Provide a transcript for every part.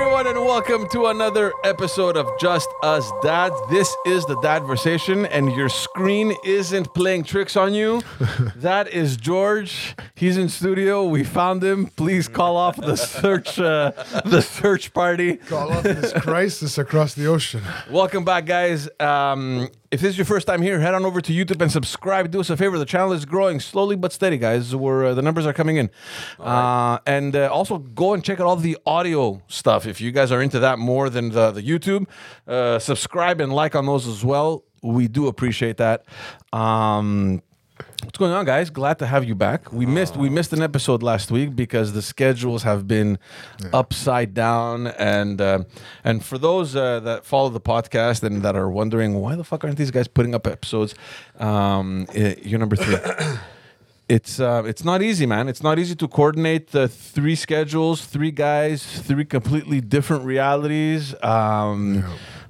welcome to another episode of Just Us Dad. This is the Dadversation, and your screen isn't playing tricks on you. that is George. He's in studio. We found him. Please call off the search, uh, the search party. Call off this crisis across the ocean. Welcome back, guys. Um, if this is your first time here, head on over to YouTube and subscribe. Do us a favor. The channel is growing slowly but steady, guys. Where uh, the numbers are coming in, uh, and uh, also go and check out all the audio stuff if you guys are into that more than the, the YouTube. Uh, subscribe and like on those as well. We do appreciate that. Um, What's going on, guys? Glad to have you back. We missed we missed an episode last week because the schedules have been upside down, and uh, and for those uh, that follow the podcast and that are wondering why the fuck aren't these guys putting up episodes, um, i- you're number three. It's uh, it's not easy, man. It's not easy to coordinate the three schedules, three guys, three completely different realities. Um,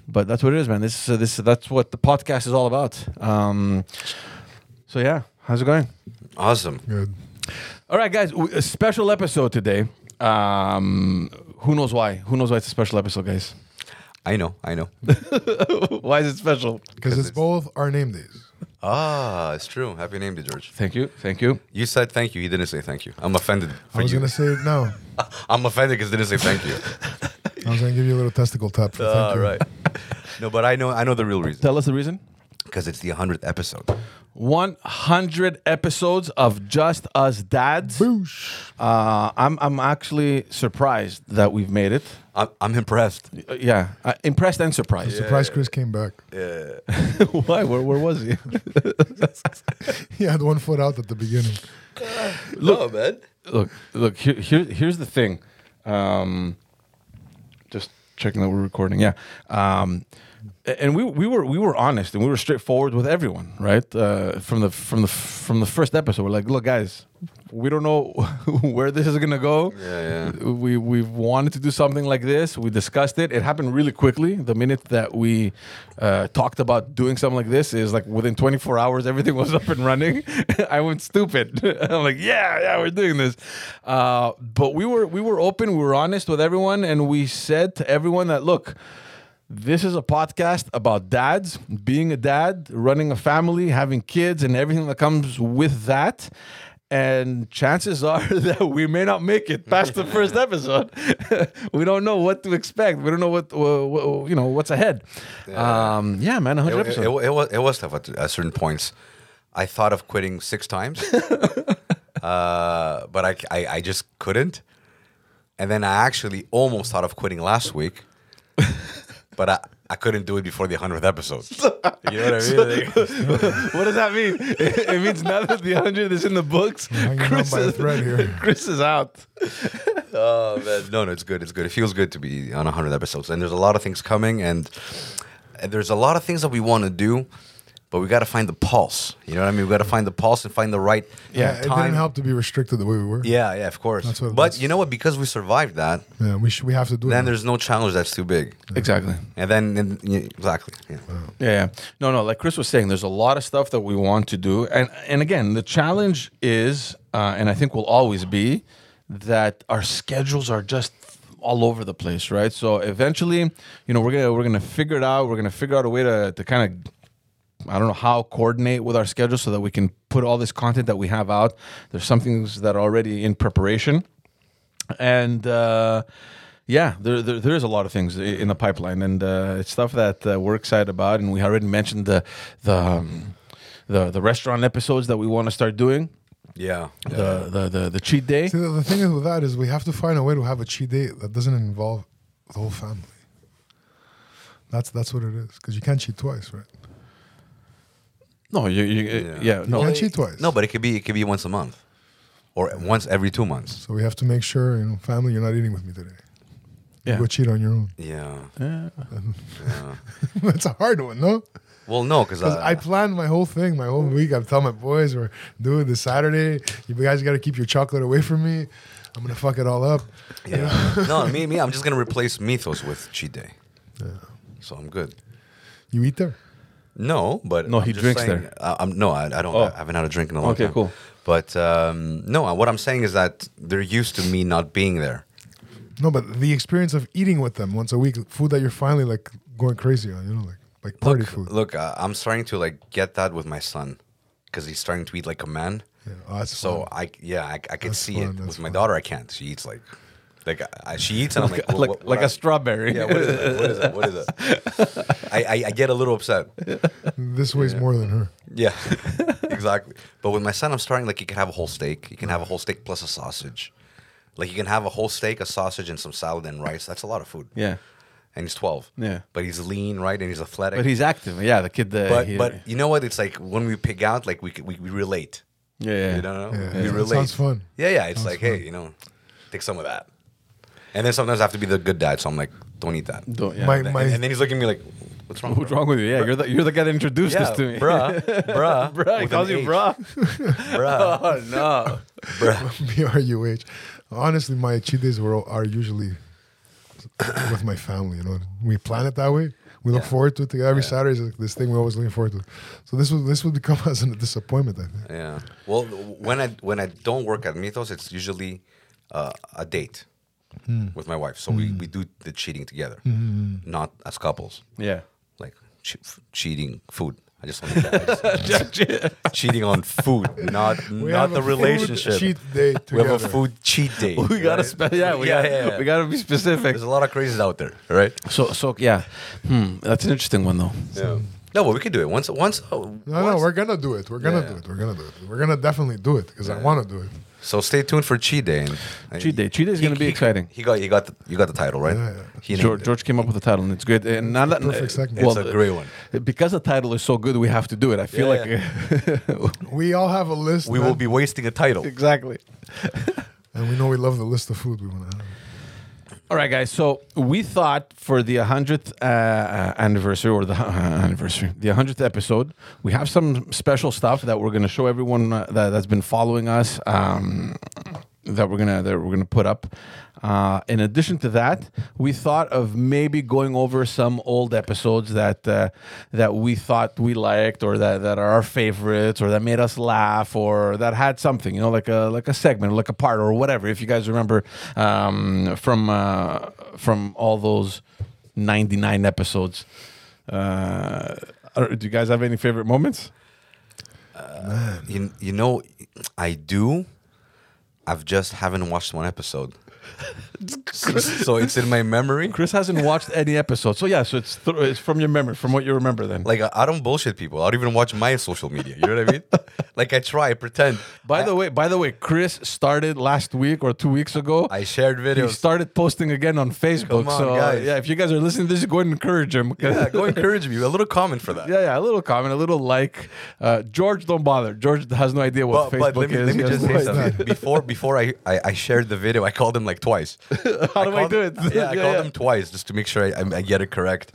But that's what it is, man. This uh, this that's what the podcast is all about. Um, so yeah, how's it going? Awesome. Good. All right, guys, w- a special episode today. Um, who knows why? Who knows why it's a special episode, guys? I know. I know. why is it special? Because it's both our name days. ah, it's true. Happy name to George. Thank you, thank you. You said thank you. He didn't say thank you. I'm offended I for was you. going to say it now. I'm offended because didn't say thank you. I was going to give you a little testicle tap. For thank All you. Ah, right. No, but I know. I know the real reason Tell us the reason. because it's the hundredth episode. 100 episodes of Just Us Dads. Boosh. Uh, I'm I'm actually surprised that we've made it. I'm, I'm impressed. Uh, yeah, uh, impressed and surprised. Surprise Chris came back. why? Where, where was he? He had one foot out at the beginning. Look, no, man. look, look. Here, here, here's the thing. Um, just checking that we're recording. Yeah. Um, a- and we, we were we were honest and we were straightforward with everyone, right? Uh, from the from the from the first episode, we're like, look, guys, we don't know where this is gonna go. Yeah, We we wanted to do something like this. We discussed it. It happened really quickly. The minute that we uh, talked about doing something like this is like within 24 hours, everything was up and running. I went stupid. I'm like, yeah, yeah, we're doing this. Uh, but we were we were open. We were honest with everyone, and we said to everyone that look. This is a podcast about dads, being a dad, running a family, having kids, and everything that comes with that. And chances are that we may not make it past the first episode. we don't know what to expect. We don't know what, wha- wha- you know what's ahead. Yeah, um, yeah man, It, 100 it, episodes. it, wa- it was it was tough at, at certain points. I thought of quitting six times, uh, but I, c- I- I just couldn't. And then I actually almost thought of quitting last week, but I, I couldn't do it before the hundredth episode. You know what I mean? what does that mean? It, it means now that the 100 is in the books, hanging on Chris by a is- thread here. Chris is out. Oh man, no, no, it's good. It's good. It feels good to be on 100 episodes, and there's a lot of things coming, and, and there's a lot of things that we want to do, but we got to find the pulse. You know what I mean? We got to find the pulse and find the right Yeah, it time. didn't help to be restricted the way we were. Yeah, yeah, of course. That's what it but was. you know what? Because we survived that, Yeah, we, should, we have to do then it. there's no challenge that's too big, Exactly. and then and, yeah, exactly. Yeah. Yeah, yeah. No, no, like Chris was saying, there's a lot of stuff that we want to do. And and again, the challenge is, uh, and I think will always be, that our schedules are just all over the place, right? So eventually, you know, we're gonna we're gonna figure it out. We're gonna figure out a way to to kind of I don't know how coordinate with our schedule so that we can put all this content that we have out. There's some things that are already in preparation, and uh, yeah, there, there there is a lot of things i- in the pipeline, and uh, it's stuff that uh, we're excited about. And we already mentioned the the um, the, the restaurant episodes that we want to start doing. Yeah. The, the the the cheat day. See, the, the thing is with that is we have to find a way to have a cheat day that doesn't involve the whole family. That's that's what it is. Because you can't cheat twice, right? No, you, you yeah. Yeah. yeah You no. can't cheat twice. No, but it could be it could be once a month, or once every two months. So we have to make sure, you know, family, you're not eating with me today. Yeah. You go cheat on your own. Yeah. Yeah. That's a hard one, no? Well, no, uh, because Because I planned my whole thing, my whole week. I'm telling my boys, we're doing this Saturday. You guys got to keep your chocolate away from me. I'm going to fuck it all up. Yeah. no, me, me. I'm just gonna replace Mythos with Cheat Day. So I'm good. You eat there? No, but No, I'm he just drinks saying- there. Oh. I, I'm no, I, I don't. I haven't had a drink in a long Okay, time. cool. uh, But um, no, what I'm saying is that they're used to me not being there. No, but the experience of eating with them once a week, food that you're finally like going crazy on, you know, like like party Look, food. look uh, I'm starting to like get that with my son because he's starting to eat like a man. Yeah, oh, that's so fun. I yeah I, I can That's see fun, it that's with my fun. daughter. I can't. She eats like like I, she eats and I'm like like like, what- what like I- a strawberry. Yeah, what is it? What is it? What is it? I, I, I get a little upset. This weighs more than her. Yeah, exactly. But with my son, I'm starting like you can have a whole steak. You can have a whole steak plus a sausage. Like you can have a whole steak, a sausage, and some salad and rice. That's a lot of food. Yeah. And he's 12. Yeah. But he's lean, right? And he's athletic. But he's active. Yeah, the kid. Uh, but he- but you know what? It's like when we pick out, like we c- we, we relate. yeah, yeah. You know, Yeah. we It relate. sounds fun. Yeah, yeah. It's like, hey, you know, take some of that. And then sometimes I have to be the good dad, so I'm like, don't eat that. Don't, yeah. My- And, and then he's looking at me like, what's wrong? What's bro?" wrong with you? Yeah, you're the you're the guy that introduced Yeah, this to me. bruh, bruh, bruh, he with calls an you H. bruh. bruh, Oh no. bruh. B R U H. Honestly, my cheat days were all- are usually with my family. You know, we plan it that way. We look Yeah. forward to it together. every Saturday. Is like this thing we're always looking forward to. So this would this would become as a disappointment. I think. Yeah. Well, when I when I don't work at Mythos, it's usually uh, a date Hmm. with my wife. So we, we do the cheating together, not as couples. Yeah. Like che- f- cheating food. I just want to cheating on food, not We not have the a food relationship. cheat day we have a together. food cheat day. We gotta right? spe- yeah, we gotta, we gotta be specific. There's a lot of crazies out there, right? So so yeah. Hmm. That's an interesting one though. Yeah. No, but we could do it once. Once. oh, No, no, we're gonna do it. We're gonna Yeah. do it. We're gonna do it. We're gonna definitely do it because I want to do it. So stay tuned for cheat day. And, and Cheat day. Cheat day is he- gonna be he- exciting. He got you got the, you got the title right. Yeah, yeah. He named George, it. George came up with the title, and it's good. And now that uh, perfect segment. It's a great one. because the title is so good, we have to do it. I feel Yeah, like We all have a list. We man, will be wasting a title. exactly. and we know we love the list of food we want to have. All right, guys. So we thought for the 100th uh, uh, anniversary or the uh, anniversary, the 100th episode, we have some special stuff that we're going to show everyone uh, that, that's been following us. Um, that we're gonna that we're gonna put up. Uh, in addition to that, we thought of maybe going over some old episodes that uh, that we thought we liked, or that, that are our favorites, or that made us laugh, or that had something, you know, like a like a segment, like a part, or whatever. If you guys remember um, from uh, from all those ninety nine episodes, uh, are- do you guys have any favorite moments? You, you know, I do. I've just haven't watched one episode. so, so it's in my memory. Chris hasn't watched any episode, so yeah, so it's th- it's from your memory, from what you remember then. Like I, I don't bullshit people. I don't even watch my social media. You know what I mean? like I try, I pretend. By the way, by the way, Chris started last week or two weeks ago. I shared he videos. started posting again on Facebook. Come on, so uh, guys. yeah, if you guys are listening to this, go and encourage him. 'cause- yeah, go encourage me. A little comment for that. yeah, yeah, a little comment, a little like. Uh, George, don't bother. George has no idea what But, Facebook but let me, is. let me He has just no say idea. something. Before before I, I, I shared the video, I called him like twice. How do I called- do it? Yeah, I Yeah, called yeah. him twice just to make sure I, I, I get it correct.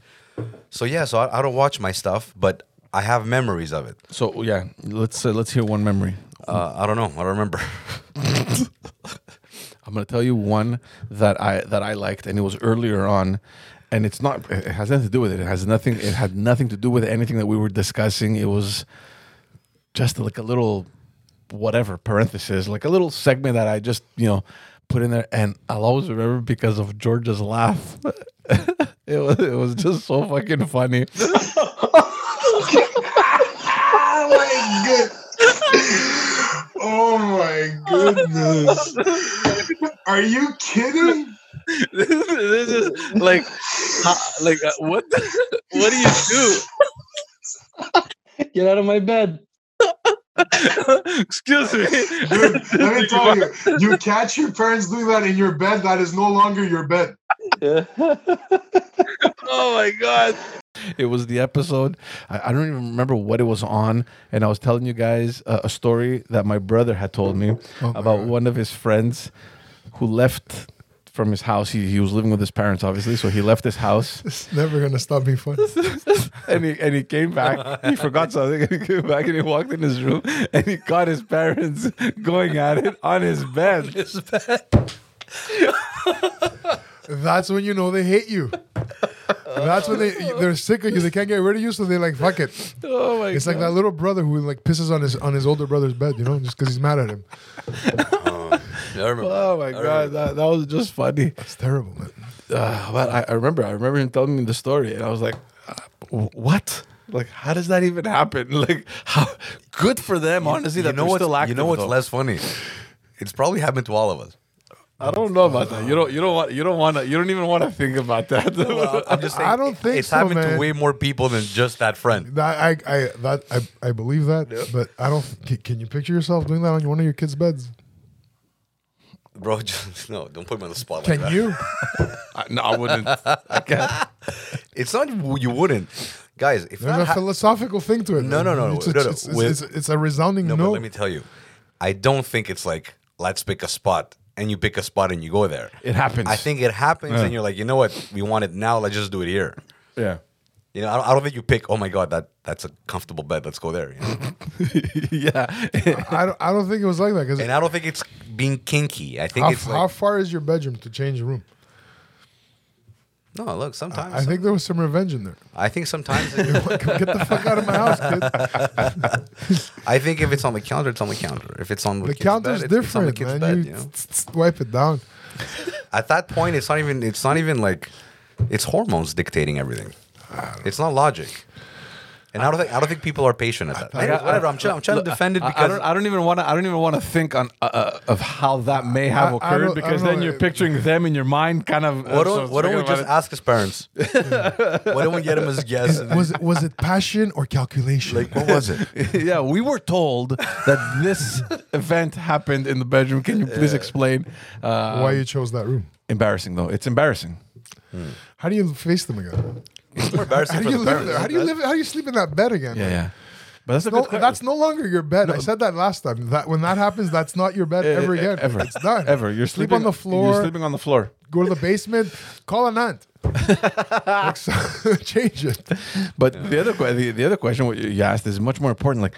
So yeah, so I, I don't watch my stuff, but I have memories of it. So yeah, let's uh, let's hear one memory. Uh, I don't know. I don't remember. I'm gonna tell you one that I that I liked, and it was earlier on, and it's not. It has nothing to do with it. It has nothing. It had nothing to do with anything that we were discussing. It was just like a little whatever parenthesis, like a little segment that I just you know put in there, and I'll always remember because of George's laugh. it was it was just so fucking funny. Oh my good. Oh my goodness. Are you kidding? this is like, like uh, what? what do you do? Get out of my bed. Excuse me. Dude, let me tell you, you catch your parents doing that in your bed, that is no longer your bed. Yeah. oh my god it was the episode I, I don't even remember what it was on and i was telling you guys uh, a story that my brother had told me Oh my about God. one of his friends who left from his house he, he was living with his parents obviously so he left his house It's never gonna stop being funny. and he and he came back he forgot something and he came back and he walked in his room and he caught his parents going at it on his bed That's when you know they hate you. That's when they they're sick of you. They can't get rid of you, so they like fuck it. oh my It's god like that little brother who like pisses on his on his older brother's bed, you know, just because he's mad at him. I remember. Oh my I god, remember. that, that was just funny. It's terrible, man. Uh, but I, I remember, I remember him telling me the story, and I was like, uh, wh- "What? Like, how does that even happen? Like, how good for them? honestly, that you know they're what's, still active. You know what's though. less funny? It's probably happened to all of us. I don't know about that. You don't. You don't want. You don't want to. You don't even want to think about that. I'm just saying. I don't think it's so, happened man. to way more people than just that friend. That I I that I, I believe that, but I don't. Can, can you picture yourself doing that on one of your kids' beds? Bro, just, no, don't put me on the spot like Can that. you? I, no, I wouldn't. I can't. It's not you- you wouldn't, guys. If There's that a ha- philosophical thing to it. No, man. no, no, no, It's, no, no. It's, it's, With- it's, it's a resounding no. no, but let me tell you, I don't think it's like let's pick a spot and you pick a spot and you go there. It happens. I think it happens, and you're like, you know what, we want it now. Let's just do it here. Yeah. You know, I don't, I don't think you pick. Oh my god, that that's a comfortable bed. Let's go there. you know? yeah. I don't. I don't think it was like that because and I don't think it's being kinky. I think how, it's like how far is your bedroom to change a room? no. Look, sometimes I think there was some revenge in there. I think sometimes Come get the fuck out of my house, kid. I think if it's on the counter, it's on the counter. If it's on the, The kid's bed, counter's it's- it's on the different, kid's man. bed, you you know? tss, tss, tss, wipe it down. At that point, it's not even. It's not even like. It's hormones dictating everything. It's not logic. And I don't think I don't think people are patient at that. Anyways, whatever. I'm, trying, I'm trying to defend it I- because I, don't, I don't even want to. I don't even want to think on uh, uh, of how that may have I- I occurred don't- I because don't then know. you're picturing them in your mind, kind of. uh, why don't, why don't we just ask? ask his parents? why don't we get him as guests? and- Was it was it passion or calculation? like what was it? yeah, we were told that this event happened in the bedroom. Can you please explain? Uh, why you chose that room? embarrassing though. It's embarrassing. How do you face them again? It's How more embarrassing do for you the live parents. there? How do you isn't live? How do you sleep in that bed again? Yeah, yeah. But that's a No, good. question. that's no longer your bed. I said that last time. That when that happens, that's not your bed ever Eh, eh, again. Ever. It's done. Ever. You're sleep sleeping on the You're floor. sleeping on the floor. Go to the basement. Call an aunt. Like, so- change it. But the other que- the, the other question what you you asked is much more important. Like,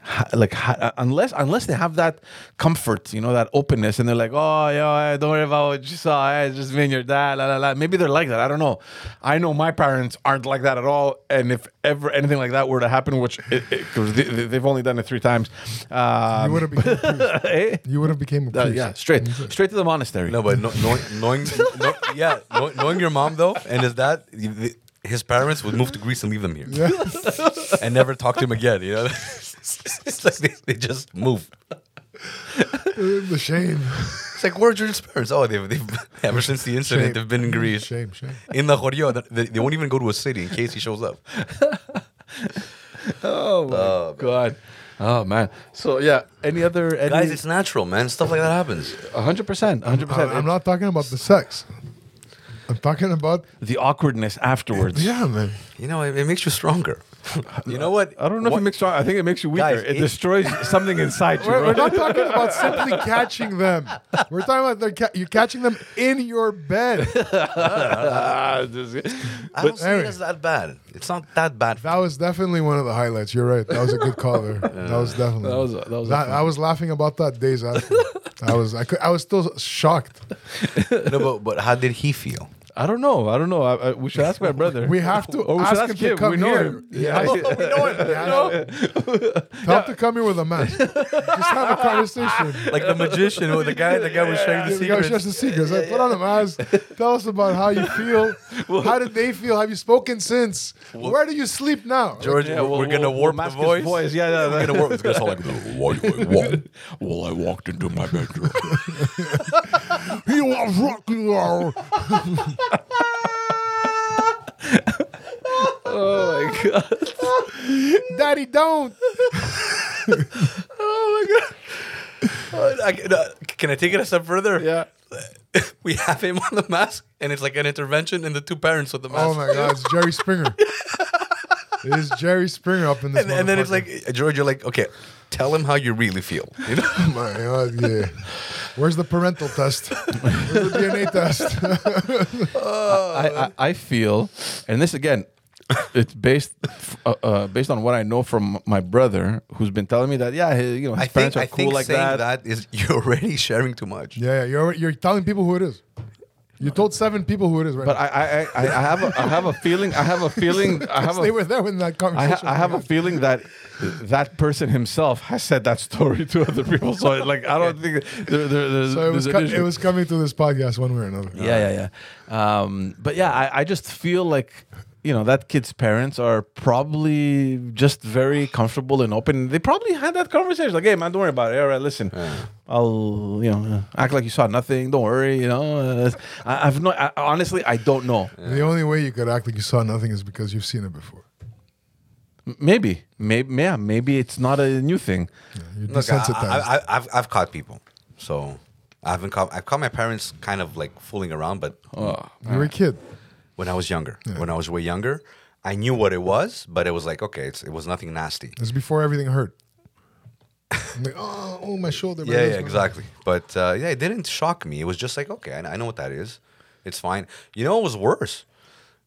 ho- like ho- uh, unless unless they have that comfort, you know, that openness, and they're like, oh yeah, eh, don't worry about what you saw. eh, It's just me and your dad. La la la. Maybe they're like that. I don't know. I know my parents aren't like that at all. And if ever anything like that were to happen, which it, it, 'cause they, they- they've only done it three times, You um, would have become. A priest. eh? You would have became a Uh, priest. yeah, straight straight to the monastery. No, but no, knowing, knowing no, yeah, know- knowing your mom though, and his dad, his parents would move to Greece and leave them here, and never talk to him again. You know, it's like they, they just move. the shame. It's like where's your parents? Oh, they've, they've ever since the incident, Shame. they've been in Greece, Shame. Shame. in the Horio. They, they won't even go to a city in case he shows up. Oh my god. Oh man. So yeah. Any other? Any, Guys, it's natural, man. Stuff like that happens. hundred percent. hundred I- percent. Uh, I'm not talking about the sex. I'm talking about the awkwardness afterwards. yeah, man. You know, it, it makes you stronger. You know what? I don't know What- if it makes you. I think it makes you weaker. Guys, it, it- destroys something inside you. We're, we're right? not talking about simply catching them. We're talking about they're ca- you're catching them in your bed. Ah, this- I don't see it anyway. as that bad. It's not that bad. That was definitely one of the highlights. You're right. That was a good call there. That was definitely. That was- that was a fun- I was laughing about that days after. I was. I could. I was still shocked. no, but, but how did he feel? I don't know. I don't know. I, I, we should ask my brother. We have to Or Oh, we should ask him to come we know here. him. Yeah. Yeah. Tell him to come here with a mask. Just have a conversation. like the magician or the guy the guy was showing the You guys just secrets. the secrets. Like, put on a mask. Tell us about how you feel. how did they feel? Have you spoken since? Where do you sleep now? George, Yeah, we're- we'll- we're gonna we'll- we'll warp the mask his voice. voice. Yeah, yeah, We're yeah. gonna warp. It's gonna sound like the Well, I walked into my bedroom. He was rocking out. Oh my god. Daddy, don't. I, can- uh, can I take it a step further? Yeah. We have him on the mask, and it's like an intervention, and the two parents with the mask. Oh my God, it's Jerry Springer. It is Jerry Springer up in this. And, and then it's motherfucker. like uh, George, you're like, okay, tell him how you really feel. You know? Oh my God, yeah. Where's the parental test? Where's the DNA test? I, I, I feel, and this again, it's based f- uh, uh, based on what I know from my brother, who's been telling me that yeah, he, you know, his I think parents I are cool think like saying that. that is you're already sharing too much. yeah, yeah, you're you're telling people who it is. You told seven people who it is, right? But now. I, I, I, I have a, I have a feeling. I have a feeling. I have they a, were there when that I, conversation. ha- I have a feeling that that person himself has said that story to other people. So like, I don't think there, there, there's, So it there's was, an co- it issue. was coming through this podcast one way or another. Yeah, yeah, yeah. Um, but yeah, I, I just feel like you know that kid's parents are probably just very comfortable and open. They probably had that conversation, like, "Hey, man, don't worry about it. All right, listen, I'll you know uh, act like you saw nothing. Don't worry. You know, uh, I, I've no. I, honestly, I don't know. The only way you could act like you saw nothing is because you've seen it before. M- Maybe, maybe, yeah, maybe it's not a new thing. You're Look, I, desensitized. I, I, I've, I've caught people, so I haven't caught. I've caught my parents kind of like fooling around, but Oh. Uh, You're a kid. when I was younger, when I was way younger, I knew what it was, but it was like okay, it's, it was nothing nasty. It's before everything hurt. I'm like, oh, oh, my shoulder. my Yeah, this, yeah, my- exactly. But uh, yeah, it didn't shock me. It was just like, okay, I, I know what that is. It's fine. You know, it was worse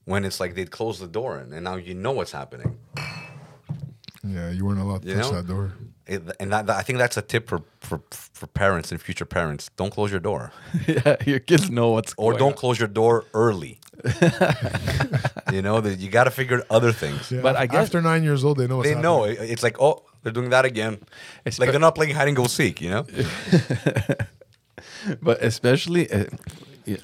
when it's like they'd close the door and, and now you know what's happening. Yeah, you weren't allowed to You touch know? that door. It, and that, that- I think that's a tip for, for for parents and future parents: don't close your door, yeah, your kids know what's or going don't on. close your door early. you know, that you got to figure other things. Yeah, But I af- guess- after nine years old, they know. What's They know it, it's like, oh, they're doing that again. It's like they're not playing hide and go seek. You know, but especially uh, yeah,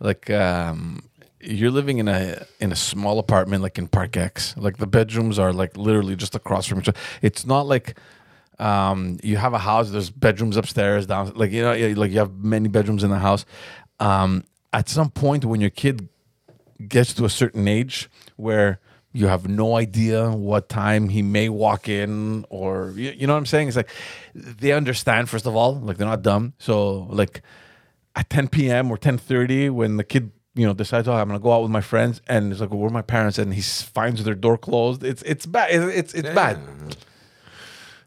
like um, you're living in a in a small apartment like in Park X. Like the bedrooms are like literally just across from each other. It's not like um, you have a house. There's bedrooms upstairs, down. Like you know, yeah, like you have many bedrooms in the house. Um, at some point, when your kid gets to a certain age where you have no idea what time he may walk in or you, you know what i'm saying it's like they understand first of all like they're not dumb so like at 10 p.m or 10.30 when the kid you know decides oh i'm gonna go out with my friends and it's like where are my parents and he s- finds their door closed it's it's bad it's it's, it's bad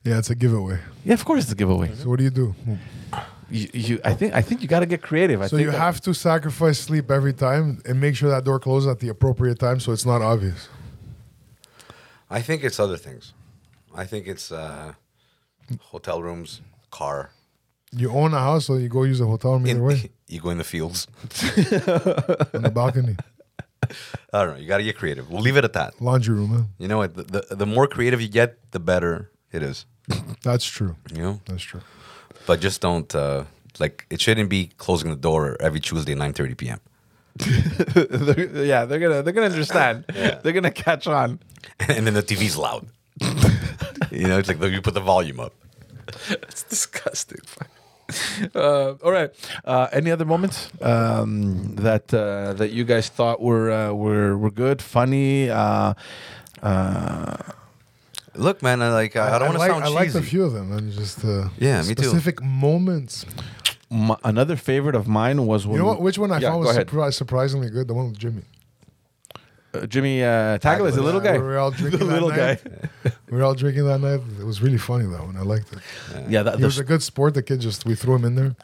Yeah, it's a giveaway. yeah of course it's a giveaway So what do you do? you, you i think i think you gotta get creative I So think you that- have to sacrifice sleep every time and make sure that door closes at the appropriate time, so it's not obvious. I think it's other things. I think it's uh, hotel rooms, car. You own a house, so you go use a hotel room either In, way you go in the fields. on the balcony, I don't know. You got to get creative. We'll leave it at that. laundry room. Huh? You know what? The, the, the more creative you get, the better it is. That's true. You know, That's true. but just don't uh, like it shouldn't be closing the door every Tuesday nine thirty p.m. they're- yeah they're gonna they're gonna understand they're gonna catch on and then the TV's loud. you know, it's like you put the volume up. It's disgusting. Uh, all right. Uh, any other moments um, that uh, that you guys thought were uh, were were good, funny? Uh, uh, Look, man, I like I, I don't want like, to sound I cheesy. liked a few of them and just uh, Yeah, me too. specific moments. m- another favorite of mine was when You know what? Which one I Yeah, found go was ahead. surpri- surprisingly good? The one with Jimmy. uh, Jimmy uh, Tagle is the Tagle, little Yeah, guy. We were all drinking. the that little guy. night. We were all drinking that night. It was really funny that one. I liked it. Yeah, that, He the was a good sport. The kid just we threw him in there.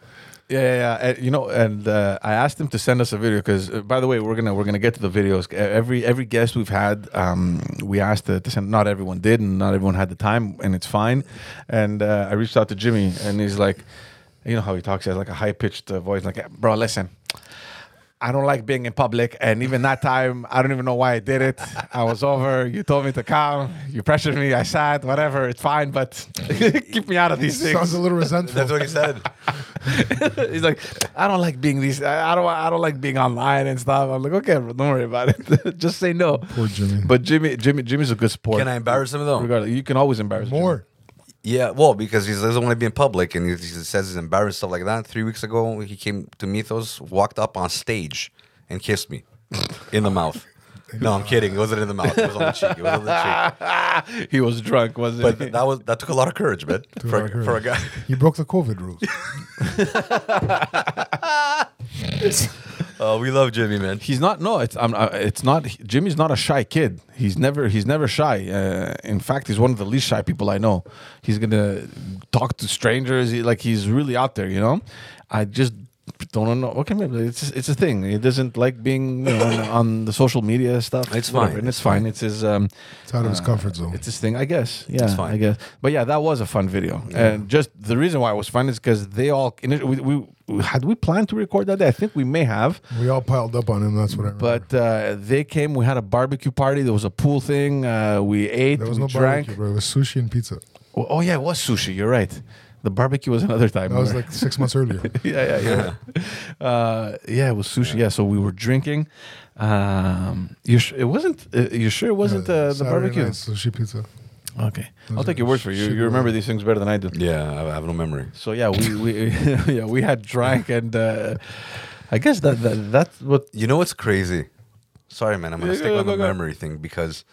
Yeah, yeah, yeah. And, you know, and uh, I asked him to send us a video because, uh, by the way, we're gonna we're gonna get to the videos. E- Every every guest we've had, um, we asked to, to send. Not everyone did, and not everyone had the time, and it's fine. And uh, I reached out to Jimmy, and he's like, you know how he talks, he has like a high pitched uh, voice, like, bro, listen. I don't like being in public, and even that time, I don't even know why I did it. I was over. You told me to come. You pressured me. I sat. Whatever. It's fine, but keep me out of these things. Sounds a little resentful. That's what he said. He's like, I don't like being these. I I don't. I don't like being online and stuff. I'm like, okay, bro, don't worry about it. Just say no. Poor Jimmy. But Jimmy, Jimmy, Jimmy's a good sport. Can I embarrass him though? Regardless, you can always embarrass Jimmy. More. Yeah, well, because he doesn't want to be in public, and he, he says he's embarrassed stuff like that. Three weeks ago, he came to Mythos, walked up on stage, and kissed me in the mouth. No, I'm kidding. It wasn't in the mouth. It was on the cheek. It was on the cheek. he was drunk, wasn't Ah. But he? that was that took a lot of courage, man. Dude, For, I agree. for a guy. he broke the COVID rules. Uh, we love Jimmy, man. He's not. No, it's. I'm, uh, it's not. Jimmy's not a shy kid. He's never. He's never shy. Uh, in fact, he's one of the least shy people I know. He's gonna talk to strangers. He, like he's really out there. You know, I just don't know. Okay, maybe it's just, it's a thing. He doesn't like being you know, on, on the social media stuff. It's whatever, fine, And it's, it's fine. fine. It's his. Um, It's out of his comfort zone. it's his thing, I guess. Yeah, It's fine. I guess. But yeah, that was a fun video, and just the reason why it was fun is because they all and it- we, we- we had we planned to record that day. I think we may have, we all piled up on him. That's what I remember. but uh, they came. We had a barbecue party. There was a pool thing. Uh, we ate. there was we no drank. barbecue, bro. It was sushi and pizza. Oh, oh yeah, it was sushi. You're right. The barbecue was another time. That was We're- like six months earlier. yeah, yeah, yeah. uh, yeah, it was sushi. Yeah. so we were drinking. Um, you sh- it wasn't. Uh, you sure it wasn't uh, the Saturday barbecue? night, sushi pizza. Okay, I'll Those take are your word for it. you. shit You remember these things better than I do. Yeah, I I have no memory. So yeah, we we yeah we had drank and uh, I guess that, that that's what You know what's crazy? Sorry, man. I'm gonna Yeah, stick go, on go, the go. memory thing because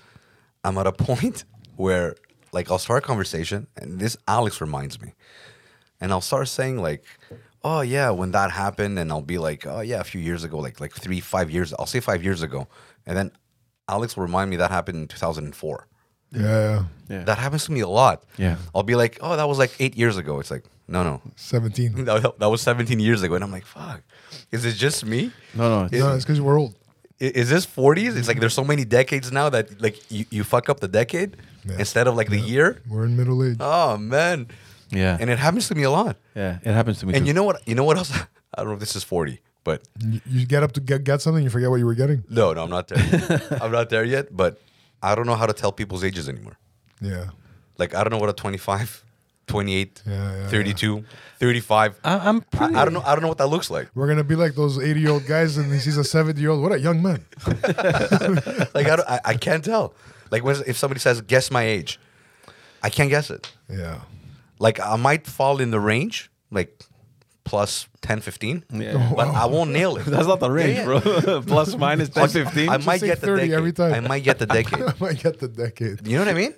I'm at a point where, like, I'll start a conversation, and this Alex reminds me, and I'll start saying like, "Oh yeah, when that happened," and I'll be like, "Oh yeah, a few years ago, like like three, five years." I'll say five years ago, and then Alex will remind me that happened in 2004. Yeah, yeah. Yeah. That happens to me a lot. Yeah. I'll be like, "Oh, that was like eight years ago." It's like, no, no. 17. That that was 17 years ago. And I'm like, fuck, is it just me? no no it's- No, it's because we're old. I- is this 40s Mm-hmm. it's like there's so many decades now that like you, you fuck up the decade Yeah. instead of like the year We're in middle age. oh man yeah and it happens to me a lot yeah it happens to me and too. you know what you know what else i don't know if this is 40 but You, you get up to get, get something, you forget what you were getting. no no i'm not there i'm not there yet but i don't know how to tell people's ages anymore Yeah. like i don't know what a 25 28 Yeah, yeah, 32 35 I, I, I'm pretty I don't know i don't know what that looks like We're going to be like those 80 year old guys, and he sees a 70 year old. What a young man. like I, don't, I, I can't tell like when, if somebody says guess my age i can't guess it Yeah. like I might fall in the range, like plus 10, 15, Yeah. Oh, but I won't nail it. that's not the range yeah. bro plus minus 10 15 I might say get the 30 decade. every time. I might get the decade. I might get the decade. you know what I mean?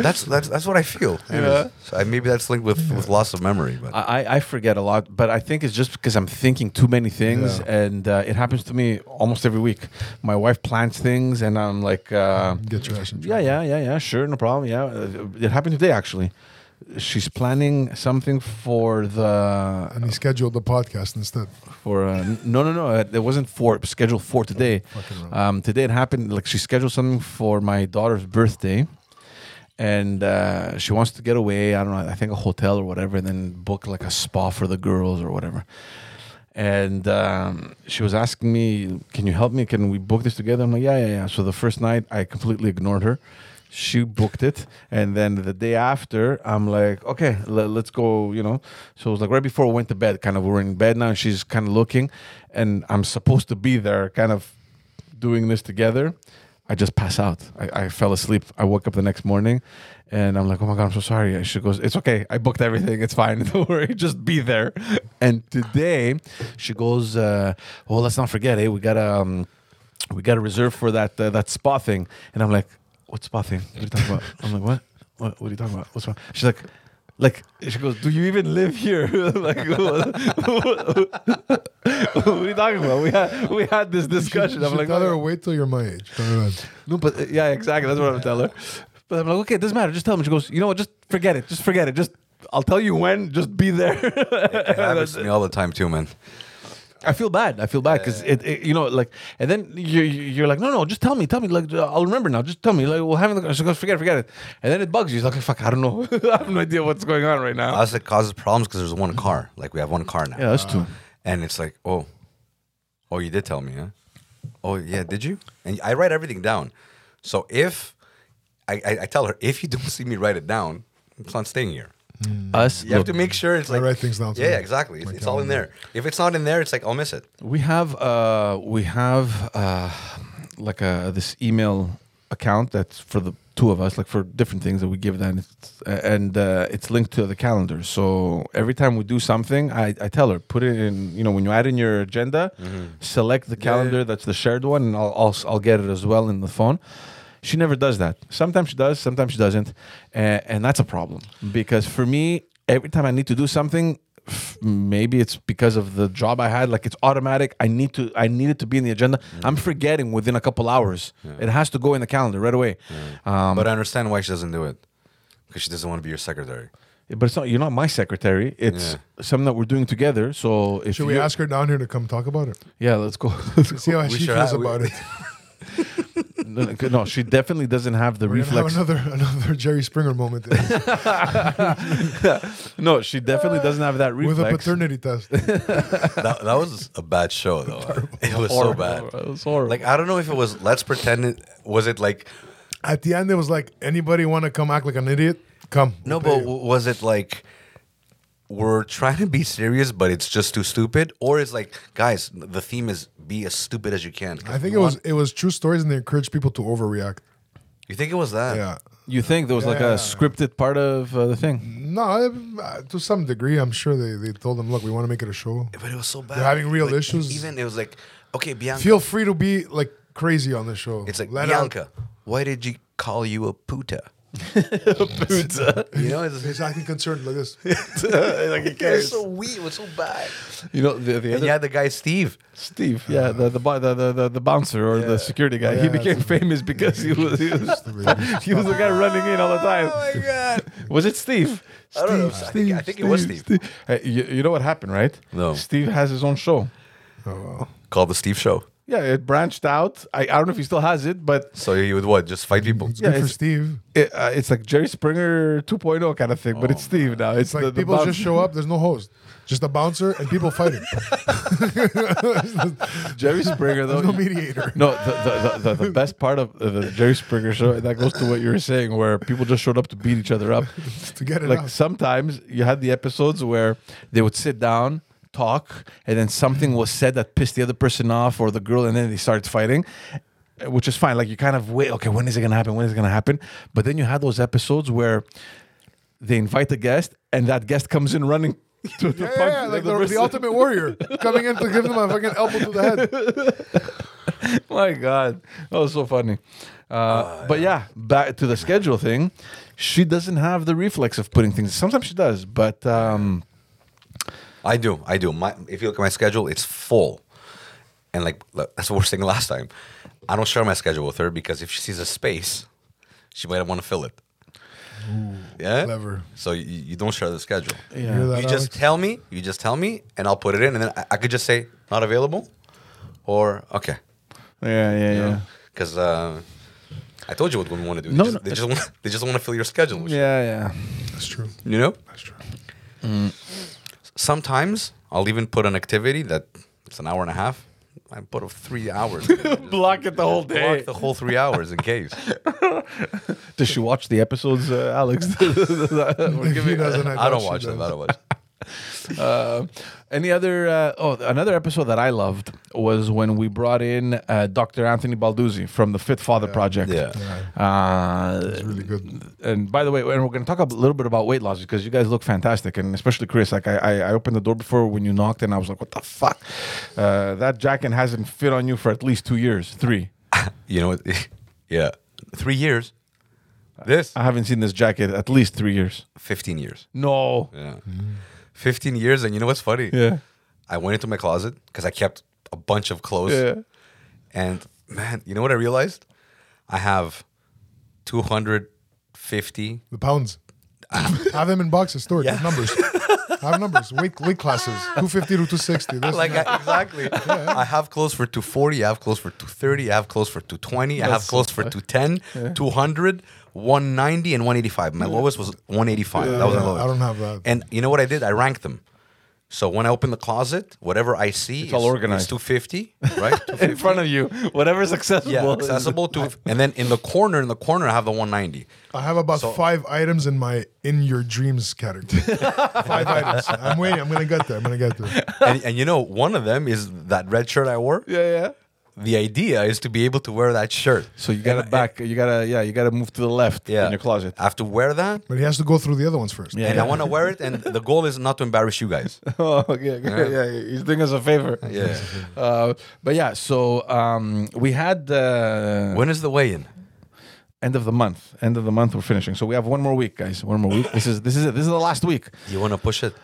That's that's that's what I feel. Yeah. So I, maybe that's linked with, with loss of memory, but I, I- I forget a lot, but I think it's just because I'm thinking too many things, Yeah. and uh, it happens to me almost every week. My wife plans things, and I'm like, uh, Get trash and yeah, yeah, yeah, yeah, sure, no problem. Yeah, Uh, it happened today actually. She's planning something for the And he scheduled the podcast instead. for uh, n- no no no uh, it wasn't for scheduled for today. Um, today it happened like she scheduled something for my daughter's birthday, and uh, she wants to get away. I don't know. I think a hotel or whatever, and then book like a spa for the girls or whatever. And um, she was asking me, "Can you help me? Can we book this together?" I'm like, "Yeah, yeah, yeah." So the first night I completely ignored her. She booked it, and then the day after, I'm like, "Okay, le- let's go," you know. So it was like right before we went to bed, kind of we're in bed now, and she's kind of looking, and I'm supposed to be there, kind of doing this together, I just pass out. I, I fell asleep. I woke up the next morning and I'm like, oh my God, I'm so sorry. And she goes, it's okay. I booked everything. It's fine. Don't worry. Just be there. And today she goes, uh, well, let's not forget, eh? We got to. Um, we got to reserve for that uh, that spa thing, and I'm like, "What spa thing? What are you talking about?" I'm like, "What? What, what are you talking about? What's wrong?" She's like, "Like," she goes, "Do you even live here?" like, what, what are you talking about? We had we had this discussion. You I'm should like, tell her, "No, wait till you're my age. Tell her that. no, but uh, yeah, exactly. That's what I'm telling her. But I'm like, okay, it doesn't matter. Just tell me. She goes, you know what? Just forget it. Just forget it. Just I'll tell you when. Just be there. it happens to me all the time too, man. I feel bad. I feel bad because it, it, you know, like, and then you, you- you're like, no, no, just tell me, tell me, like, I'll remember now. Just tell me, like, we'll have it. She goes, forget, it, forget it, and then it bugs you. It's like, fuck, I don't know, I have no idea what's going on right now. Us, it causes problems because there's one car. Like we have one car now. Mm-hmm. yeah, that's true. And it's like, oh, oh, you did tell me, huh? Oh, yeah, did you? And I write everything down. So if I, I, I tell her, if you don't see me write it down, it's not staying here. Us, You have look, to make sure it's I like write things down, too. Yeah, exactly. It's, it's um, all in there. If it's not in there, it's like I'll miss it. we have, uh, we have, uh, like a this email account that's for the two of us, like for different things that we give them, it's, and uh, it's linked to the calendar. So every time we do something, I, I tell her put it in. You know, when you add in your agenda, select the calendar that's the shared one, and I'll, I'll I'll get it as well in the phone. She never does that. Sometimes she does, sometimes she doesn't, and, and that's a problem because for me, every time I need to do something. f- Maybe it's because of the job I had. Like it's automatic. I need to. I need it to be in the agenda. I'm forgetting within a couple hours. It has to go in the calendar right away. Um, But I understand why she doesn't do it because she doesn't want to be your secretary. but it's not. You're not my secretary. It's something that we're doing together. So if Should we you- ask her down here to come talk about it? Yeah, let's go. See how We she should feels have- we- about it. no, she definitely doesn't have the We're gonna have reflex. another another Jerry Springer moment there, No, she definitely doesn't have that reflex. with a paternity test. that, that was a bad show though. It was so bad. It was horrible. Like I don't know if it was. Let's pretend it was it like At the end, it was like, anybody want to come act like an idiot? Come. no, We'll pay but you. w- was it like we're trying to be serious, but it's just too stupid, or it's like guys, the theme is be as stupid as you can. 'Cause I think you it was want- it was true stories, and they encouraged people to overreact. You think it was that? Yeah. you think there was like Yeah. a scripted part of uh, the thing? No, I- uh, to some degree, I'm sure they, they told them, look, we want to make it a show. But it was so bad. having real Like, issues. Even it was like, okay, Bianca. Feel free to be like crazy on the show. it's like Let out- Bianca. Why did you call you a puta? You know, it's, He's acting concerned like this. like it it's so weird. It's so bad. You know the, the And other yeah, the guy Steve. Steve, yeah, the the, bo- the the the the bouncer or the security guy. he Yeah, became famous because he was he was, he was the guy running in all the time. Oh my god. Was it Steve? I don't know. I think- I think it was Steve. Hey, you, you know what happened, right? No. Steve has his own show. Called the Steve Show. Yeah, it branched out. I, I don't know if he still has it, but So he would what? Just fight people. It's Yeah, good for it's- Steve. it, uh, it's like Jerry Springer 2.0 kind of thing. but it's Steve now. Oh, It's, It's like the, the people bouncer. just show up. There's no host. Just a bouncer and people fighting. Jerry Springer though. No mediator. No, the, the, the, the, the best part of the- the Jerry Springer show, and that goes to what you were saying, where people just showed up to beat each other up. To get it like out. sometimes you had the episodes where they would sit down, talk, and then something was said that pissed the other person off or the girl, and then they started fighting. uh, Which is fine. Like you kind of wait, okay, when is it gonna happen? When is it gonna happen? But then you had those episodes where they invite a guest and that guest comes in running to the Yeah, punk- yeah, yeah, like the, person. the ultimate warrior coming in to give them a fucking elbow to the head. My God, that was so funny. Uh, Oh, but yeah, back to the schedule thing. She doesn't have the reflex of putting things. Sometimes she does, but um, I do. I do. My if you look at my schedule, it's full. And like look, that's the worst thing last time. I don't share my schedule with her because if she sees a space, she might want to fill it. yeah. clever. So you, you don't share the schedule. Yeah. hear that, You just Alex? tell me. You just tell me, and I'll put it in, and then I, I could just say not available, or okay, yeah, yeah, yeah, because uh, I told you what women want to do. They No, just, no, they just want they just want to fill your schedule. which- yeah, yeah. That's true. You know. That's true. Sometimes I'll even put an activity that it's an hour and a half. I put a three hours. in there. Just Block it the whole Block the whole three hours in case. Does she watch the episodes, uh, Alex? We're If he giving- doesn't, I doubt don't she watch them. does. I don't watch. Uh, any other? Uh, oh, another episode that I loved was when we brought in uh, Dr. Anthony Balduzzi from the Fit Father Project. Yeah. Uh, It's really good. and by the way, and we're going to talk a little bit about weight loss because you guys look fantastic, and especially Chris. Like I, I, I opened the door before when you knocked, and I was like, "What the fuck? Uh, that jacket hasn't fit on you for at least two years, three. You know what? yeah, three years. This I haven't seen this jacket at least three years. fifteen years. No. Yeah, fifteen years. And you know what's funny? Mm-hmm. Yeah. I went into my closet because I kept a bunch of clothes. Yeah. And man, you know what I realized? I have two hundred fifty. The pounds. Have them in boxes stored. with Numbers. Have numbers. Weight weight classes. Two fifty to two sixty. Like I, exactly, I have clothes for 240, I have clothes for 230, I have clothes for 220, I have clothes for 210, 200, 190, and 185. My lowest was 185. that was my Yeah, lowest. I don't have that. And you know what I did? I ranked them. So when I open the closet, whatever I see, it's all organized. It's 250, right? 250. In front of you, whatever's accessible. yeah, is- accessible to, and then in the corner, in the corner, I have the 190. I have about So- five items in my in your dreams category. five items. I'm waiting. I'm gonna get there. I'm gonna get there. and, and you know, one of them is that red shirt I wore. Yeah, yeah. The idea is to be able to wear that shirt. So you gotta And- back. You gotta, yeah, you gotta move to the left Yeah. in your closet. I have to wear that. But he has to go through the other ones first. Yeah. and I want to wear it. And the goal is not to embarrass you guys. oh, yeah, yeah, yeah. He's doing us a favor. Yeah. Uh, but yeah, so um, we had uh, when is the weigh-in? end of the month. End of the month, we're finishing. So we have one more week, guys. One more week. This is this is it. This is the last week. You want to push it?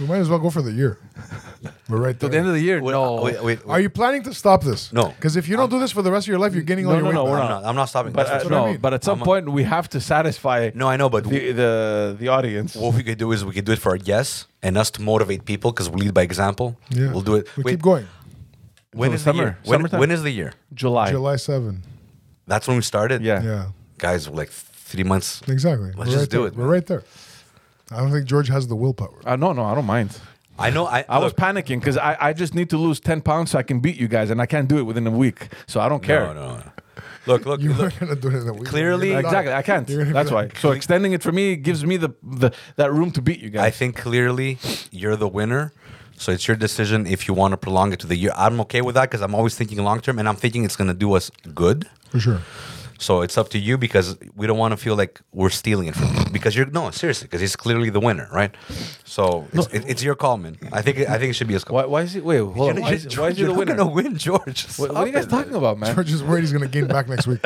We might as well go for the year. We're right Till there. the end of the year, no. Wait, wait, Are you planning to stop this? No. Because if you don't do this for the rest of your life, you're getting all No, your no, no, weight back. we're I'm not, I'm not stopping. But That's uh, what- what I no, mean. but at some I'm a- point we have to satisfy no, I know, but the the the audience. what we could do is we could do it for our guests and us to motivate people because we lead by example. Yeah. We'll do it. We Wait, keep going. When Till is summer. the year? When, Summertime? when is the year? July. July 7. That's when we started. Yeah. Yeah. Guys, like three months. Exactly. Let's just right do there. it, We're man. right there. I don't think George has the willpower. Uh, no, no, I don't mind. I know. I, I was look, panicking because I, I just need to lose ten pounds so I can beat you guys, and I can't do it within a week. So I don't care. No, no, no. Look, look, You look. are gonna do it in a week. Clearly- You're gonna die. Exactly, I can't. You're gonna be That's why. like- So extending it for me gives me the, the that room to beat you I guys. think clearly you're the winner. So it's your decision if you want to prolong it to the year. I'm okay with that because I'm always thinking long term and I'm thinking it's going to do us good. For sure. So it's up to you because we don't want to feel like we're stealing it from you. Because you're no seriously because he's clearly the winner, right? So it's, it, it's your call, man. I think I think it should be his call. why, why is it? Wait, hold on. You're- Why you're- is, it- why is he you're the not winner? gonna win, George. What, what Stop are you guys it. talking about, man? George is worried he's gonna gain back next week.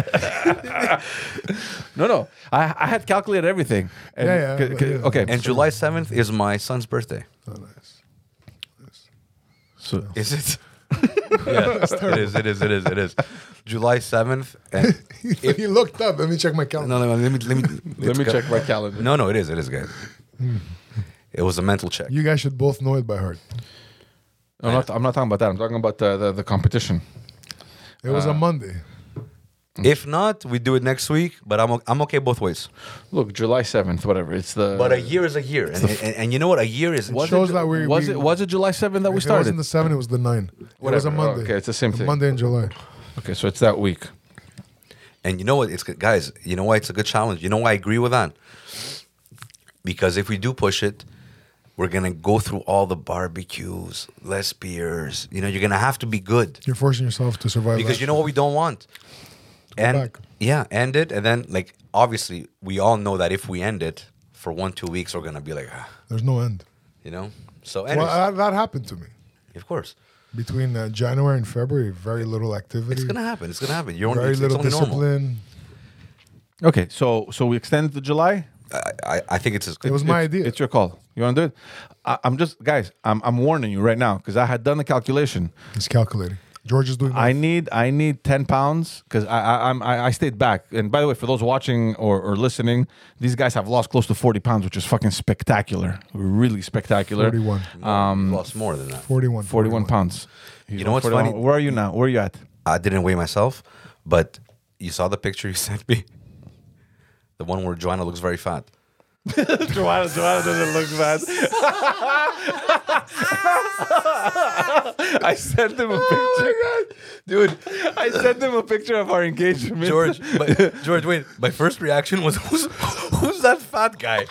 No, no. I, I had calculated everything. And Yeah, yeah, c- c- yeah. Okay. And July seventh is my son's birthday. Oh, nice. so, Is it? yeah, it is. It is. It is. It is. July seventh. and- he looked up. Let me check my calendar. No, no, let me let me let me check my calendar. No, no, it is. It is, guys. It was a mental check. You guys should both know it by heart. I'm not. I'm not talking about that. I'm talking about the the, the competition. It Uh, was a Monday. If not, we do it next week. But I'm o- I'm okay both ways. Look, July seventh, whatever. It's the. But a year is a year, and, and, and you know what? A year is was shows it, that we- was we- it was it July seventh that we If it started? wasn't the seven, it was the nine. It was Whatever. a Monday. Okay, it's the same thing. Monday in July. okay, so it's that week. And you know what? It's good, guys. You know why it's a good challenge. You know why I agree with that. Because if we do push it, we're gonna go through all the barbecues, less beers. You know, you're gonna have to be good You're forcing yourself to survive. because that. you know what we don't want. And back. yeah, end it, and then like obviously we all know that if we end it for one two weeks, we're gonna be like, "Ah," there's no end. you know. So, Well, anyways, that, that happened to me of course, between uh, January and February. Very little activity. it's gonna happen. It's gonna happen. You're only Very it's, it's little only normal. discipline. Okay, so so we extend to July. I, I I think it's as It good. was my It's- idea. It's your call. You want to do it? I, I'm just guys. I'm I'm warning you right now because I had done the calculation. He's calculating. George is doing. I I, need I need ten pounds because I, I I'm I, I stayed back. And by the way, for those watching or, or listening, these guys have lost close to forty pounds, which is fucking spectacular, really spectacular. 41. Um, lost more than that. 41. 41 pounds. You know what's 41. funny? Where are you now? Where are you at? I didn't weigh myself, but you saw the picture you sent me. The one where Joanna looks very fat. Joanna, Joanna doesn't look bad. I sent him Oh a picture. Dude, I sent him a picture of our engagement. George, my, George, wait. My first reaction was, who's, who's that fat guy?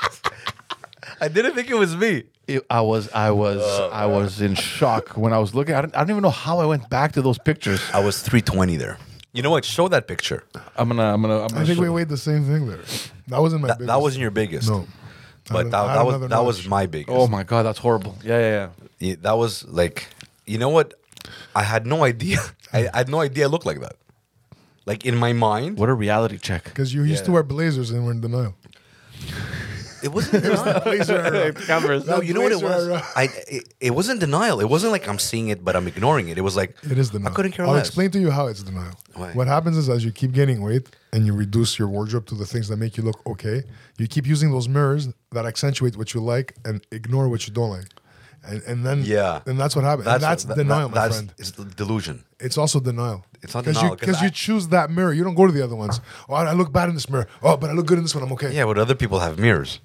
I didn't think it was me. It- I was, I was, I was in shock when I was looking. I don't, I don't even know how I went back to those pictures. I was 320 there. You know what? Show that picture. I'm gonna, I'm gonna, I'm gonna. I think show- we weighed the same thing there. That wasn't my. That, that biggest. wasn't your biggest. No. I But don't- that, I that don't was have the that was knowledge. my biggest. oh my god, that's horrible. Yeah, yeah, yeah. Yeah, That was like, you know what? I had no idea. I, I had no idea I looked like that. Like in my mind, What a reality check. Because you used to wear blazers and were in denial. it wasn't. Blazer era. Covers. No, That you know what it blazer was? era. I it, it wasn't denial. It wasn't like I'm seeing it, but I'm ignoring it. It was like It is denial. I couldn't care I'll less. explain to you how it's denial. Why? What happens is as you keep gaining weight and you reduce your wardrobe to the things that make you look okay, you keep using those mirrors that accentuate what you like and ignore what you don't like. And, and then Yeah. and that's what happens. And that's that- denial, that- my that's, friend. It's the delusion. It's also denial. It's not Cause denial, You, 'cause Because you I- choose that mirror. You don't go to the other ones. Oh, I look bad in this mirror. Oh, but I look good in this one. I'm okay. Yeah, but other people have mirrors.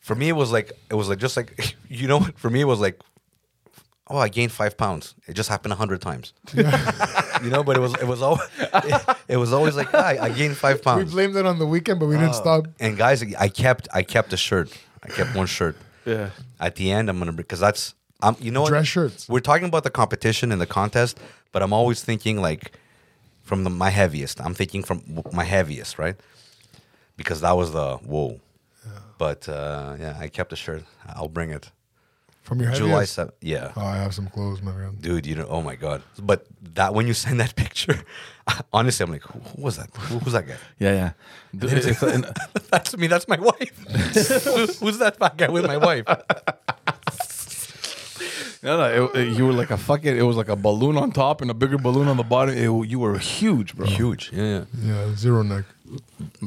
For me, it was like it was like just like you know. what? For me, it was like, oh, I gained five pounds. It just happened a hundred times. you know, but it was it was always it, it was always like ah, I gained five We pounds. blamed it on the weekend, but we didn't Oh. stop. And guys, I kept I kept a shirt. I kept one shirt. Yeah. At the end, I'm gonna because that's I'm you know what? Dress shirts. We're talking about the competition and the contest, but I'm always thinking like from the my heaviest. I'm thinking from w- my heaviest, right? Because that was the whoa. But uh, yeah, I kept the shirt. I'll bring it. From your July heaviest. seventh. Yeah. Oh, I have some clothes, my friend. Dude, you know, oh my god! But that when you send that picture, honestly, I'm like, who, who was that? Who was that guy? Yeah, yeah. It's- it's- and- That's me. That's my wife. Who- Who's that fat guy with my wife? No, no, it, it- you were like a fucking. It was like a balloon on top and a bigger balloon on the bottom. It- you were huge, bro. Huge. Yeah. Yeah, zero neck.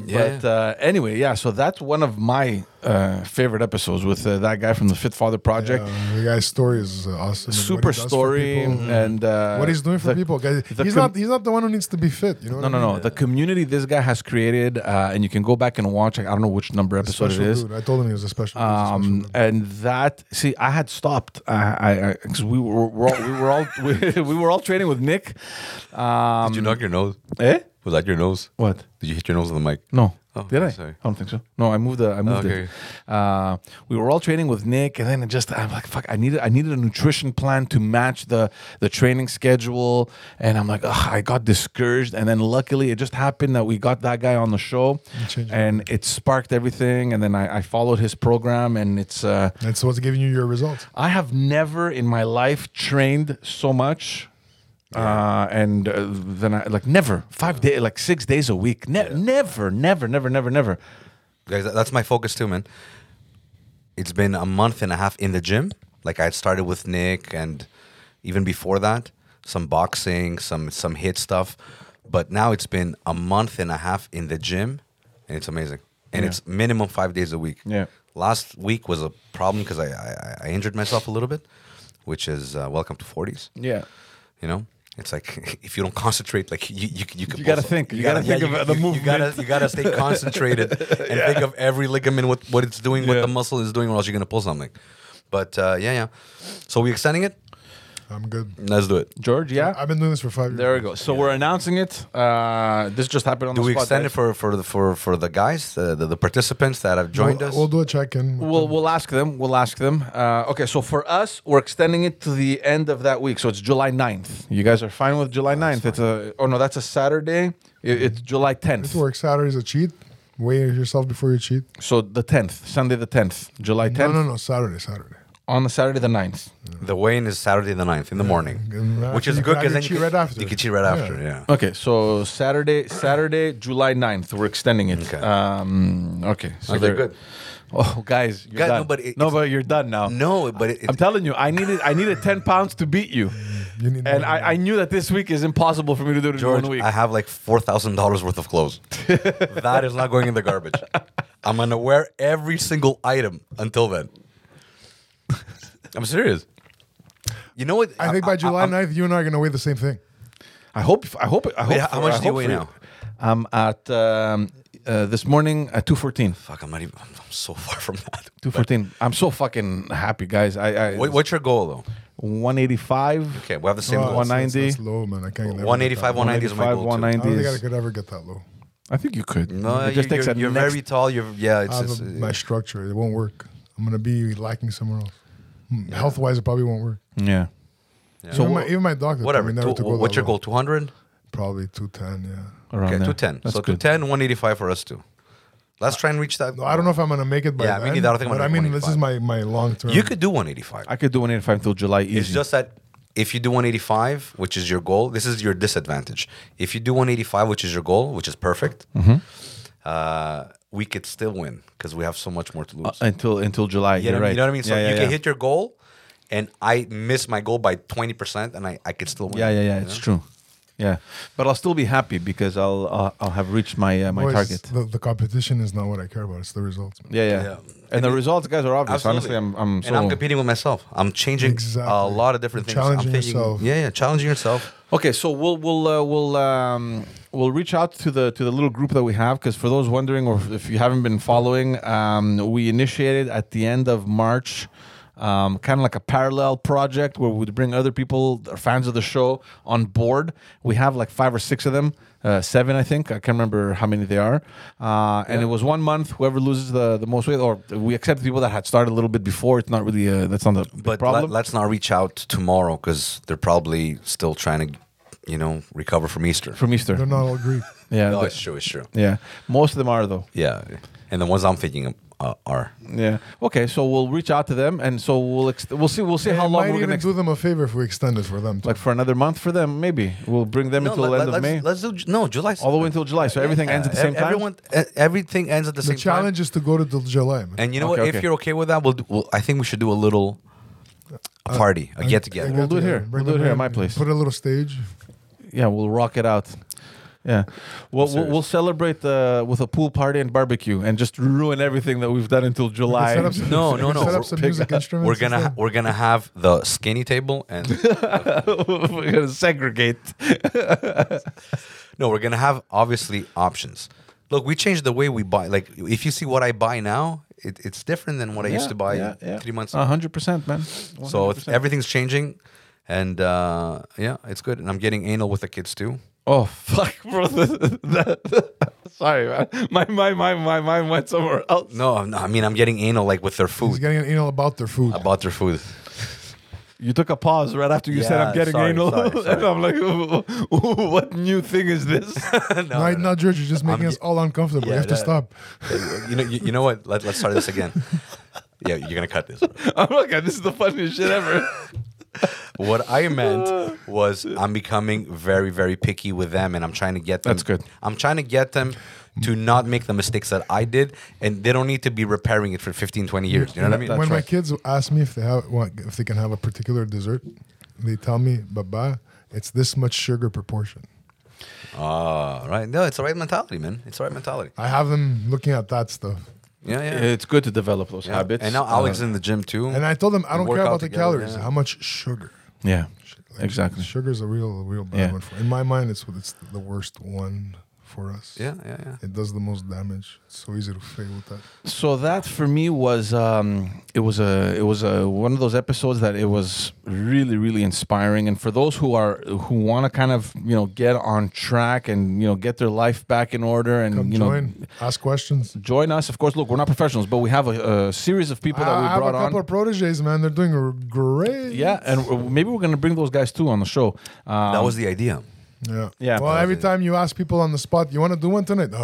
Yeah. But uh, anyway, yeah. So that's one of my uh, favorite episodes with uh, that guy from the Fit Father Project. Yeah, the guy's story is uh, awesome. and Super what he does for story people. and Mm-hmm. uh, what he's doing for the- people, guys. the He's com- not. He's not the one who needs to be fit. You know. No, no, no. The community this guy has created, uh, and you can go back and watch. I don't know which number episode it Special is. dude. I told him he was a special. dude, he's a special Um, dude. and that see, I had stopped. I, I, I cause we were, we're all, we were all, we, we were all training with Nick. Um, Did you knock your nose? eh? Was that your nose? What? Did you hit your nose on the mic? No. Oh, Did I? sorry. I don't think so. No, I moved. The, I moved it. Okay. Uh, we were all training with Nick, and then it just I'm like, fuck. I needed I needed a nutrition plan to match the the training schedule, and I'm like, ugh, I got discouraged. And then luckily, it just happened that we got that guy on the show, changed it. and it sparked everything. And then I, I followed his program, and it's. Uh, That's what's giving you your results. I have never in my life trained so much. Uh, and uh, then I like never five day like six days a week. Ne- Never, never, never, never, never. Guys, that- that's my focus too, man. It's been a month and a half in the gym. Like I started with Nick, and even before that, some boxing, some some hit stuff. But now it's been a month and a half in the gym, and it's amazing. And Yeah. it's minimum five days a week. Yeah. Last week was a problem because I, I I injured myself a little bit, which is uh, welcome to forties. Yeah. You know, it's like if you don't concentrate, like you you you, can You pull gotta some- think. You gotta think you- of the you- You gotta movement. you gotta stay concentrated and think of every ligament what what it's doing, what Yeah. the muscle is doing, or else you're gonna pull something. But uh, yeah, yeah. So we extending it. I'm good. Let's do it. George, yeah. I've been doing this for five years. There we go. So we're announcing it. Uh, this just happened on Do the we spot, extend right? it for for the for for the guys, the the, the participants that have joined We'll, us? we'll do a check in. We'll, we'll ask them. We'll ask them. Uh, okay, so for us, we're extending it to the end of that week. So it's July 9th. You guys are fine with July 9th. It's a, oh no, that's a Saturday. It- it's July 10th. It works. Saturday's a cheat. Weigh yourself before you cheat. So the 10th, Sunday the 10th, July 10th, No, no, no. Saturday, Saturday. on the Saturday the 9th. The weigh-in is Saturday the 9th in the morning, And which after is you grab good your because then cheat you can, right after. you can cheat right after. Yeah. Okay, so Saturday, Saturday, July 9th, we're extending it. Okay. Um, okay, so Okay, they're- good. Oh, guys, you're Guys, done. no, but it- no, it's- but you're done now. No, but it, I'm it, telling you, I needed I needed 10 pounds to beat you. You need And I, more I knew that this week is impossible for me to do it in George, one week. I have like four thousand dollars worth of clothes. that is not going in the garbage. I'm gonna wear every single item until then. I'm serious. You know what? I think by July I'm- 9th, you and I are going to weigh the same thing. I hope. I hope. I hope. Wait, how for- much I do you hope weigh for now? I'm at um, uh, this morning at two fourteen. fuck, I'm not even. I'm, I'm so far from that. Two fourteen. I'm so fucking happy, guys. I, I What, what's your goal though? one eighty five. Okay, we have the same Oh, goal. that's- that's- 190. That's low, man. I can't never get that 185, low. 190 is 185, my goal. too. 190. I don't think I 90s. could ever get that low. I think you could. No, it just you, takes are a you're next- very tall. You're yeah. It's, I have it's, a, my structure. It won't work. I'm going to be lacking somewhere else. Health wise, it probably won't work. Yeah. yeah. even, my, even my doctor told whatever. me never Two- to go what's that Oh, your low. goal? 200. Probably 210, yeah. Around Okay, there. 210. That's so good. 210, 185 for us too. Let's try and reach that. No, I don't know if I'm going to make it by Yeah, me then, neither. I don't think I'm but gonna I make mean, this is my, my long term. You could do 185. I could do one eighty five till July easy. It's just that if you do 185, which is your goal, this is your disadvantage. If you do 185, which is your goal, which is perfect, Mm-hmm. uh, we could still win because we have so much more to lose. Uh, until until July. you, know, you're what I mean? right. you know what I mean? So yeah, yeah, you yeah. can hit your goal, and I miss my goal by 20%, and I, I could still win. Yeah, yeah, yeah. you It's know? true. Yeah, but I'll still be happy because I'll I'll, I'll have reached my uh, my Boys, target. The, the competition is not what I care about. It's the results. man. Yeah, yeah. Yeah. And, the results, guys, are obvious. Honestly, Absolutely. I'm I'm so and I'm competing with myself. I'm changing a Exactly. lot of different things. Challenging I'm thinking, yourself. Yeah, yeah, challenging yourself. Okay, so we'll we'll uh, we'll um, we'll reach out to the to the little group that we have because for those wondering or if you haven't been following, um, we initiated at the end of March. Um, kind of like a parallel project where we would bring other people, that are fans of the show, on board. We have like five or six of them, uh, seven, I think. I can't remember how many they are. Uh, and it was one month. Whoever loses the, the most weight, or we accept people that had started a little bit before. It's not really uh, that's not the big But problem. let, let's not reach out tomorrow because they're probably still trying to, you know, recover from Easter. from Easter, They're not all Greek. yeah, No, the- Oh, it's true. It's true. yeah. Most of them are though. Yeah, and the ones I'm thinking of, uh, are Yeah. Okay. So we'll reach out to them, and so we'll ex- we'll see we'll see how it long might we're even gonna ex- do them a favor if we extend it for them. too. like for another month for them. Maybe we'll bring them until the end us of May, Let's do Ju- no July all the way until July. So everything ends at the same time. Everyone, e- everything ends at the, the same challenge time. is to go to the July. Man. And you know Okay, what? okay. If you're okay with that, we'll, do, we'll. I think we should do a little. Uh, a party, a And- and get together. We'll do it together. here. Bring We'll do it them here at in. my place. Put a little stage. Yeah, we'll rock it out. Yeah, we'll we'll, serious. we'll celebrate uh, with a pool party and barbecue, and just ruin everything that we've done until July. set up some- No, no, we can no. Set up We're- some pick music up- instruments. We're gonna and ha- stuff. we're gonna have the skinny table and We're gonna segregate. no, we're gonna have obviously options. Look, we changed the way we buy. Like if you see what I buy now, it, it's different than what I used to buy three months ago. hundred percent, man. So it's, everything's changing, and uh, yeah, it's good. And I'm getting anal with the kids too. Oh fuck, bro! That- sorry, man. My my my my mind went somewhere else. No, I'm- no, I mean I'm getting anal like with their He's food. getting an anal about their food. About their food. You took a pause right after you said Yeah, I'm getting sorry, anal, sorry, and sorry. I'm like, what new thing is this? no, no, George, you're just making us all uncomfortable. Yeah, you have to that- stop. you know, you, you know what? Let, let's start this again. Yeah, you're gonna cut this. I'm like, this is the funniest shit ever. What I meant was I'm becoming very, very picky with them, and I'm trying to get them. That's good. I'm trying to get them to not make the mistakes that I did, and they don't need to be repairing it for 15, 20 years. You know what I mean? That's when my right. kids ask me if they have want, if they can have a particular dessert, they tell me, "Baba, it's this much sugar proportion." Ah, right. No, it's the right mentality, man. It's the right mentality. I have them looking at that stuff, Yeah, yeah. It's good to develop those Yeah. habits. Uh, And now Alex is in the gym too. and I told them I don't work care out about the together, calories. yeah. How much sugar? yeah, Like, exactly. Sugar's a real, a real bad Yeah. one. For, in my mind, it's it's the worst one for us. yeah, yeah, yeah. It does the most damage. It's so easy to fail with that. So that for me was um, it was a it was a one of those episodes that it was really really inspiring. And for those who are who want to kind of you know get on track and you know get their life back in order and Come you join, know ask questions. join us. Of course, look, we're not professionals, but we have a, a series of people that I we have a brought couple on. of proteges, man. They're doing r- great. Yeah, and uh, maybe we're gonna bring those guys too on the show. Um, that was the idea. Yeah. Yeah. Well, every Positive. time you ask people on the spot, you want to do one tonight? Uh, I,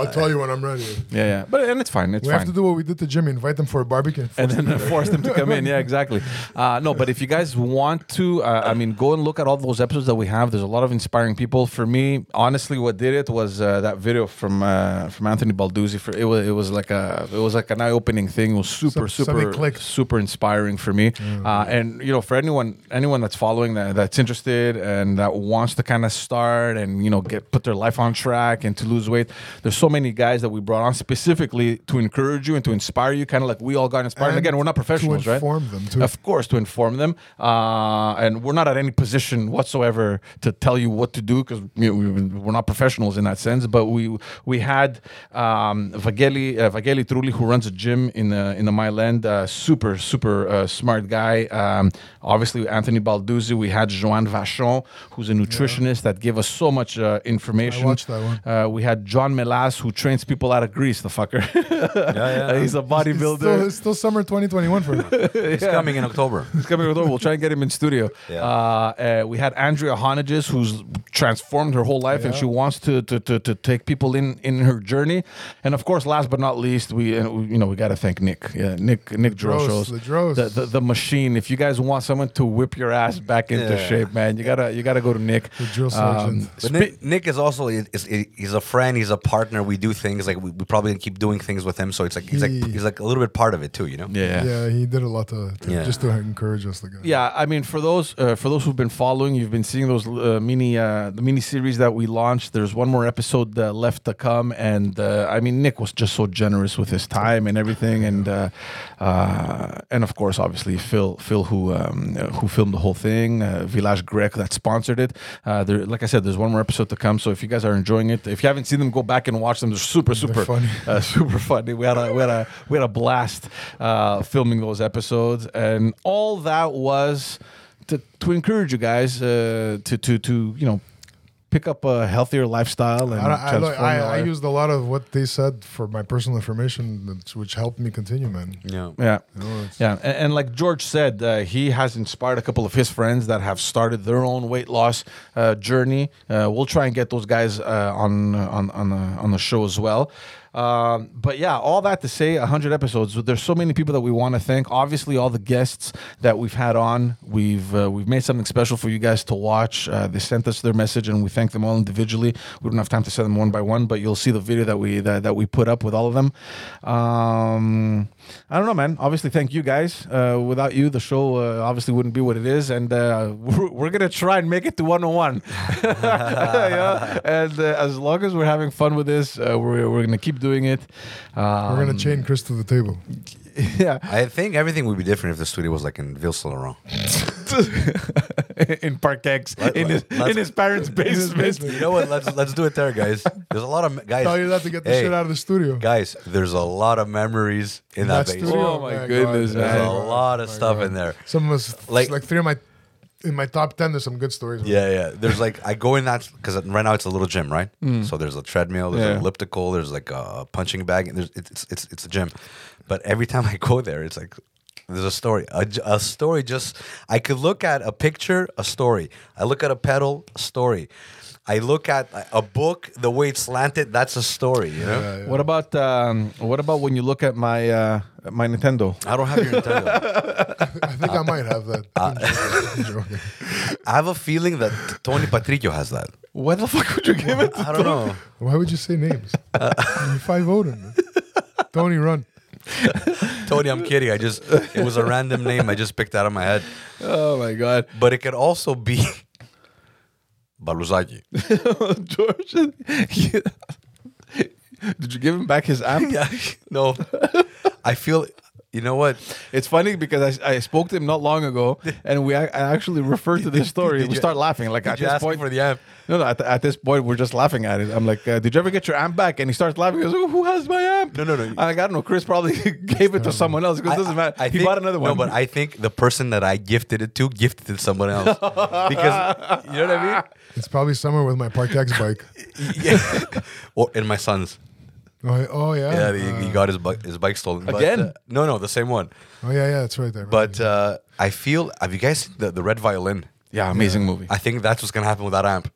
will tell you when I'm ready. Um, yeah, yeah, but and it's fine. It's We fine. have to do what we did to Jimmy. Invite them for a barbecue. and then uh, force them to come in. Yeah, exactly. Uh, no, but if you guys want to, uh, I mean, go and look at all those episodes that we have. There's a lot of inspiring people. For me, honestly, what did it was uh, that video from uh, from Anthony Balduzzi. For it was it was like a it was like an eye opening thing. It was super Some- super something clicked. super inspiring for me. Uh, and you know, for anyone anyone that's following that that's interested and that wants to kind of start and you know get put their life on track and to lose weight, there's so many guys that we brought on specifically to encourage you and to inspire you, kind of like we all got inspired. And, again, we're not professionals, to right? inform them too. Of course, to inform them, uh, and we're not at any position whatsoever to tell you what to do because you know, we- we're not professionals in that sense. But we we had um, Vageli uh, Vageli Trulli, who runs a gym in the in the Myland, uh, super super uh, smart guy. Um, obviously, Anthony Balduzzi. We had Joan Vachon, who's a nutritionist that gave us so much uh, information. I watched that one. Uh, we had John Melas, who trains people out of Greece. The fucker, Yeah, yeah. he's a bodybuilder. It's still, it's still summer 2021 for Um, them. It's coming in October. He's coming over. We'll try and get him in studio. Yeah. Uh, uh, we had Andrea Honages, who's transformed her whole life, and Yeah. she wants to, to to to take people in in her journey. And of course, last but not least, we uh, we- you know we got to thank Nick. Yeah, Nick Nick Drosos, the Dross. the, the the machine. If you guys want someone to whip your ass back into Yeah. shape, man, you gotta you gotta go to Nick. Um, The drill sergeant. But Nick, Nick is also is, he's a friend. He's a partner. We do things like we, we probably keep doing things with him. So it's like he's like He- he's like a little bit part of it too. You know. yeah. Yeah, he did a lot to, to- Yeah. just to encourage us. The guy. yeah i mean for those uh, for those who've been following you've been seeing those uh, mini uh, the mini series that we launched there's one more episode uh, left to come and uh, i mean nick was just so generous with his time and everything and uh, uh, and of course obviously phil phil who um, uh, who filmed the whole thing uh, village grec that sponsored it uh, there like i said there's one more episode to come so if you guys are enjoying it if you haven't seen them go back and watch them they're super super funny. uh, super funny. We had a we had a we had a blast uh, filming those episodes, and all that was to to encourage you guys uh, to to to you know pick up a healthier lifestyle and I, I, transform look, I, your I life. used a lot of what they said for my personal information, that's- which helped me continue, man. Yeah. yeah. You know, it's- Yeah, and, and like George said, uh, he has inspired a couple of his friends that have started their own weight loss uh, journey. Uh, we'll try and get those guys uh, on on on the, on the show as well. Um, but yeah, all that to say, 100 episodes. There's so many people that we want to thank. Obviously, all the guests that we've had on, we've uh, we've made something special for you guys to watch. Uh, they sent us their message, and we thank them all individually. We don't have time to send them one by one, but you'll see the video that we that, that we put up with all of them. Um, I don't know, man. Obviously, thank you guys. Uh, without you, the show uh, obviously wouldn't be what it is, and uh, we're, we're gonna try and make it to 101. yeah? And uh, as long as we're having fun with this, uh, we're, we're gonna keep doing it. Um, We're gonna chain Chris to the table. yeah, I think everything would be different if the studio was like in Ville Saint Laurent. in Parkex, Let- in his let's- in his parents' basement. you know what? Let's let's do it there, guys. There's a lot of guys. Tell you that to get the hey, shit out of the studio. Guys, there's a lot of memories in that, That basement. studio, Oh my goodness, God. There's man. a lot of My stuff God. in there. Some of us, like, Like- like three of my, in my top ten, there's some good stories. Yeah, yeah. There's like I go in that because right now it's a little gym, right? So there's a treadmill, there's Yeah. an elliptical, there's like a punching bag. And there's it's it's it's a gym, but every time I go there, it's like there's a story, a, j- a story. Just I could look at a picture, a story. I look at a pedal, a story. I look at uh, a- a book, the way it's slanted, that's a story. You know, Yeah, yeah. What about um, what about when you look at my uh, my Nintendo? I don't have your Nintendo. I think I might have that. Uh, I'm joking. I'm joking. I have a feeling that Tony Patricio has that. Why the fuck would you give it? I don't know. Why would you say names? you five Odin. Man. Tony, run. Tony, I'm kidding. I just it was a random name I just picked out of my head. Oh my god, but it could also be Baluzaki. George! Did you give him back his amp? yeah, no, I feel. You know what? It's funny because I, I spoke to him not long ago, and we ac- I actually referred to this story. did We you- start laughing like Did at you this ask him point. for the amp? No, no. At, at this point, we're just laughing at it. I'm like, uh, "Did you ever get your amp back?" And he starts laughing. He goes, "Oh, "Who has my amp?" No, no, no. I'm like, I don't know. Chris probably gave it to someone else because it doesn't matter. he think- bought another one. No, but I think the person that I gifted it to gifted it to someone else because you know what I It's probably somewhere with my Parkex bike. mean. Yeah. or and my son's. Oh, I- oh Yeah, yeah. he, he Uh, got his bike his bike stolen But, Again? uh, no, no, the same one. oh yeah, yeah. It's right there. But uh, I feel. Have you guys seen the the red violin? yeah, amazing movie. I think that's what's gonna happen with that amp.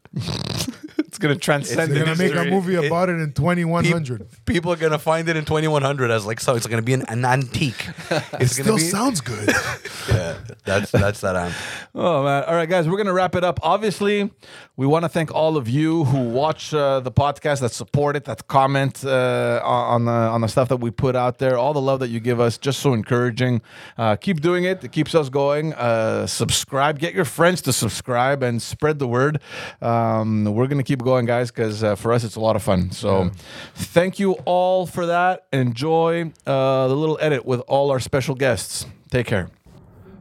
it's gonna transcend. they're gonna history. make a movie it- about it, in twenty one Peop- hundred. People are gonna find it in 2100 as like so. It's gonna be an, an antique. It's Still sounds good. Yeah, that's that's that amp. Oh man! All right, guys, we're gonna wrap it up. Obviously, we want to thank all of you who watch uh, the podcast, that support it, that comment uh, on on the on the stuff that we put out there. All the love that you give us, just so encouraging. Uh, keep doing it; it keeps us going. Uh, subscribe, get your friends to subscribe, and spread the word. Um, we're gonna keep going, guys, because uh, for us it's a lot of fun. So, thank you all for that. Enjoy uh, the little edit with all our special guests. Take care.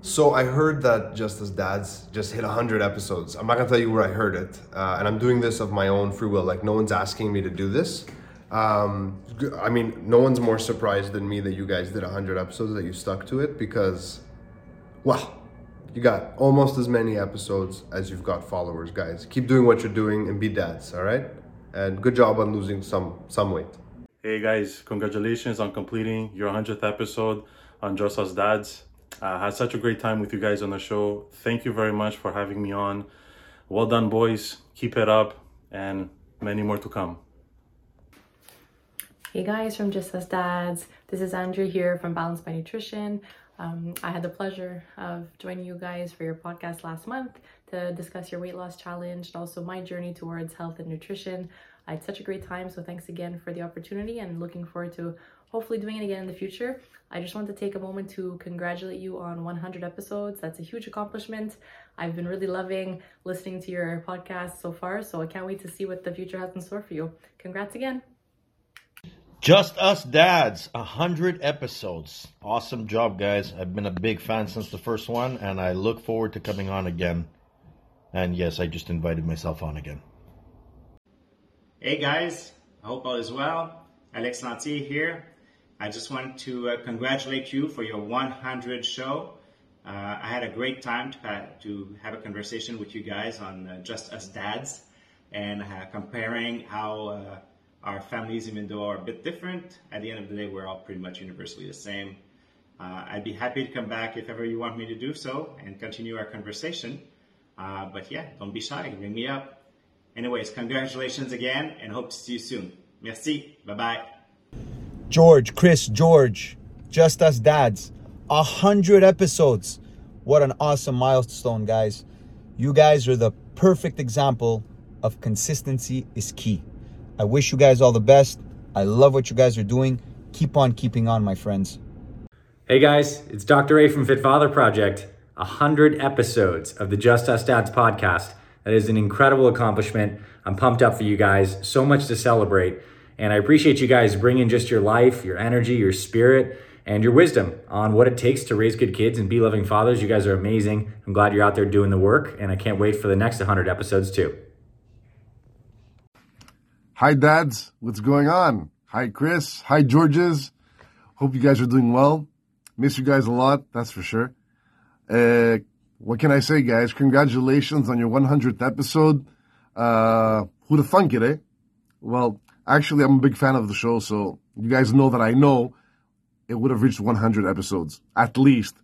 So I heard that Justice Dads just hit 100 episodes. I'm not gonna tell you where I heard it, uh, and I'm doing this of my own free will. Like no one's asking me to do this. Um, g- I mean, no one's more surprised than me that you guys did 100 episodes that you stuck to it because, well, you got almost as many episodes as you've got followers, guys. Keep doing what you're doing and be dads, all right? And good job on losing some some weight. Hey guys, congratulations on completing your 100th episode on Just Us Dads. I had such a great time with you guys on the show. Thank you very much for having me on. Well done, boys. Keep it up, and many more to come. Hey guys from Just Us Dads, this is Andrew here from Balance by Nutrition. Um, I had the pleasure of joining you guys for your podcast last month to discuss your weight loss challenge and also my journey towards health and nutrition. I had such a great time, so thanks again for the opportunity and looking forward to hopefully doing it again in the future. I just want to take a moment to congratulate you on 100 episodes. That's a huge accomplishment. I've been really loving listening to your podcast so far, so I can't wait to see what the future has in store for you. Congrats again. Just Us Dads, 100 episodes. Awesome job, guys. I've been a big fan since the first one, and I look forward to coming on again. And yes, I just invited myself on again. Hey guys, I hope all is well. Alex Lantier here. I just wanted to uh, congratulate you for your 100 show. Uh, I had a great time to, ha- to have a conversation with you guys on uh, Just Us Dads and uh, comparing how uh, our families, even though are a bit different, at the end of the day, we're all pretty much universally the same. Uh, I'd be happy to come back if ever you want me to do so and continue our conversation. Uh, but yeah, don't be shy, ring me up. Anyways, congratulations again and hope to see you soon. Merci. Bye bye. George, Chris, George, just us dads, a hundred episodes. What an awesome milestone, guys. You guys are the perfect example of consistency is key. I wish you guys all the best. I love what you guys are doing. Keep on keeping on, my friends. Hey guys, it's Dr. A from Fit Father Project. 100 episodes of the Just Us Dads podcast. That is an incredible accomplishment. I'm pumped up for you guys. So much to celebrate. And I appreciate you guys bringing just your life, your energy, your spirit, and your wisdom on what it takes to raise good kids and be loving fathers. You guys are amazing. I'm glad you're out there doing the work, and I can't wait for the next 100 episodes too. Hi, dads. What's going on? Hi, Chris. Hi, Georges. Hope you guys are doing well. Miss you guys a lot, that's for sure. Uh, what can I say, guys? Congratulations on your 100th episode. Uh, who'd have thunk it, eh? Well, actually, I'm a big fan of the show, so you guys know that I know it would have reached 100 episodes, at least.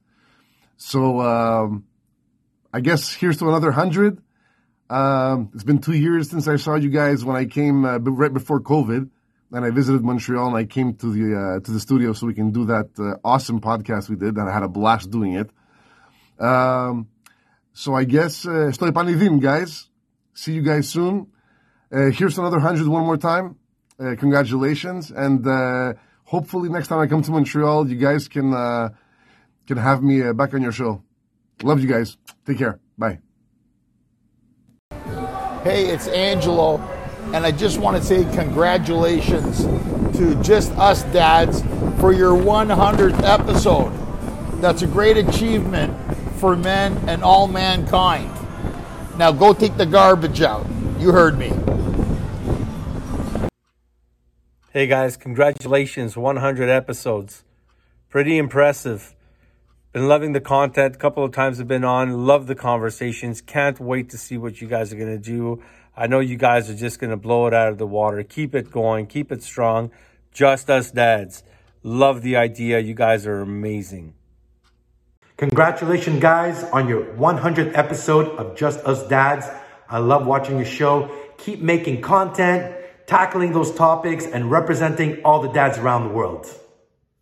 So, um, I guess here's to another 100. Um, it's been two years since I saw you guys when I came uh, b- right before COVID, and I visited Montreal and I came to the uh, to the studio so we can do that uh, awesome podcast we did, and I had a blast doing it. Um, so I guess uh, στο επανειδήν, guys. See you guys soon. Uh, here's another hundred one more time. Uh, congratulations, and uh, hopefully next time I come to Montreal, you guys can uh, can have me uh, back on your show. Love you guys. Take care. Bye. Hey, it's Angelo, and I just want to say congratulations to Just Us Dads for your 100th episode. That's a great achievement for men and all mankind. Now go take the garbage out. You heard me. Hey guys, congratulations, 100 episodes. Pretty impressive. Been loving the content. couple of times I've been on. Love the conversations. Can't wait to see what you guys are going to do. I know you guys are just going to blow it out of the water. Keep it going. Keep it strong. Just us dads. Love the idea. You guys are amazing. Congratulations, guys, on your 100th episode of Just Us Dads. I love watching your show. Keep making content, tackling those topics, and representing all the dads around the world.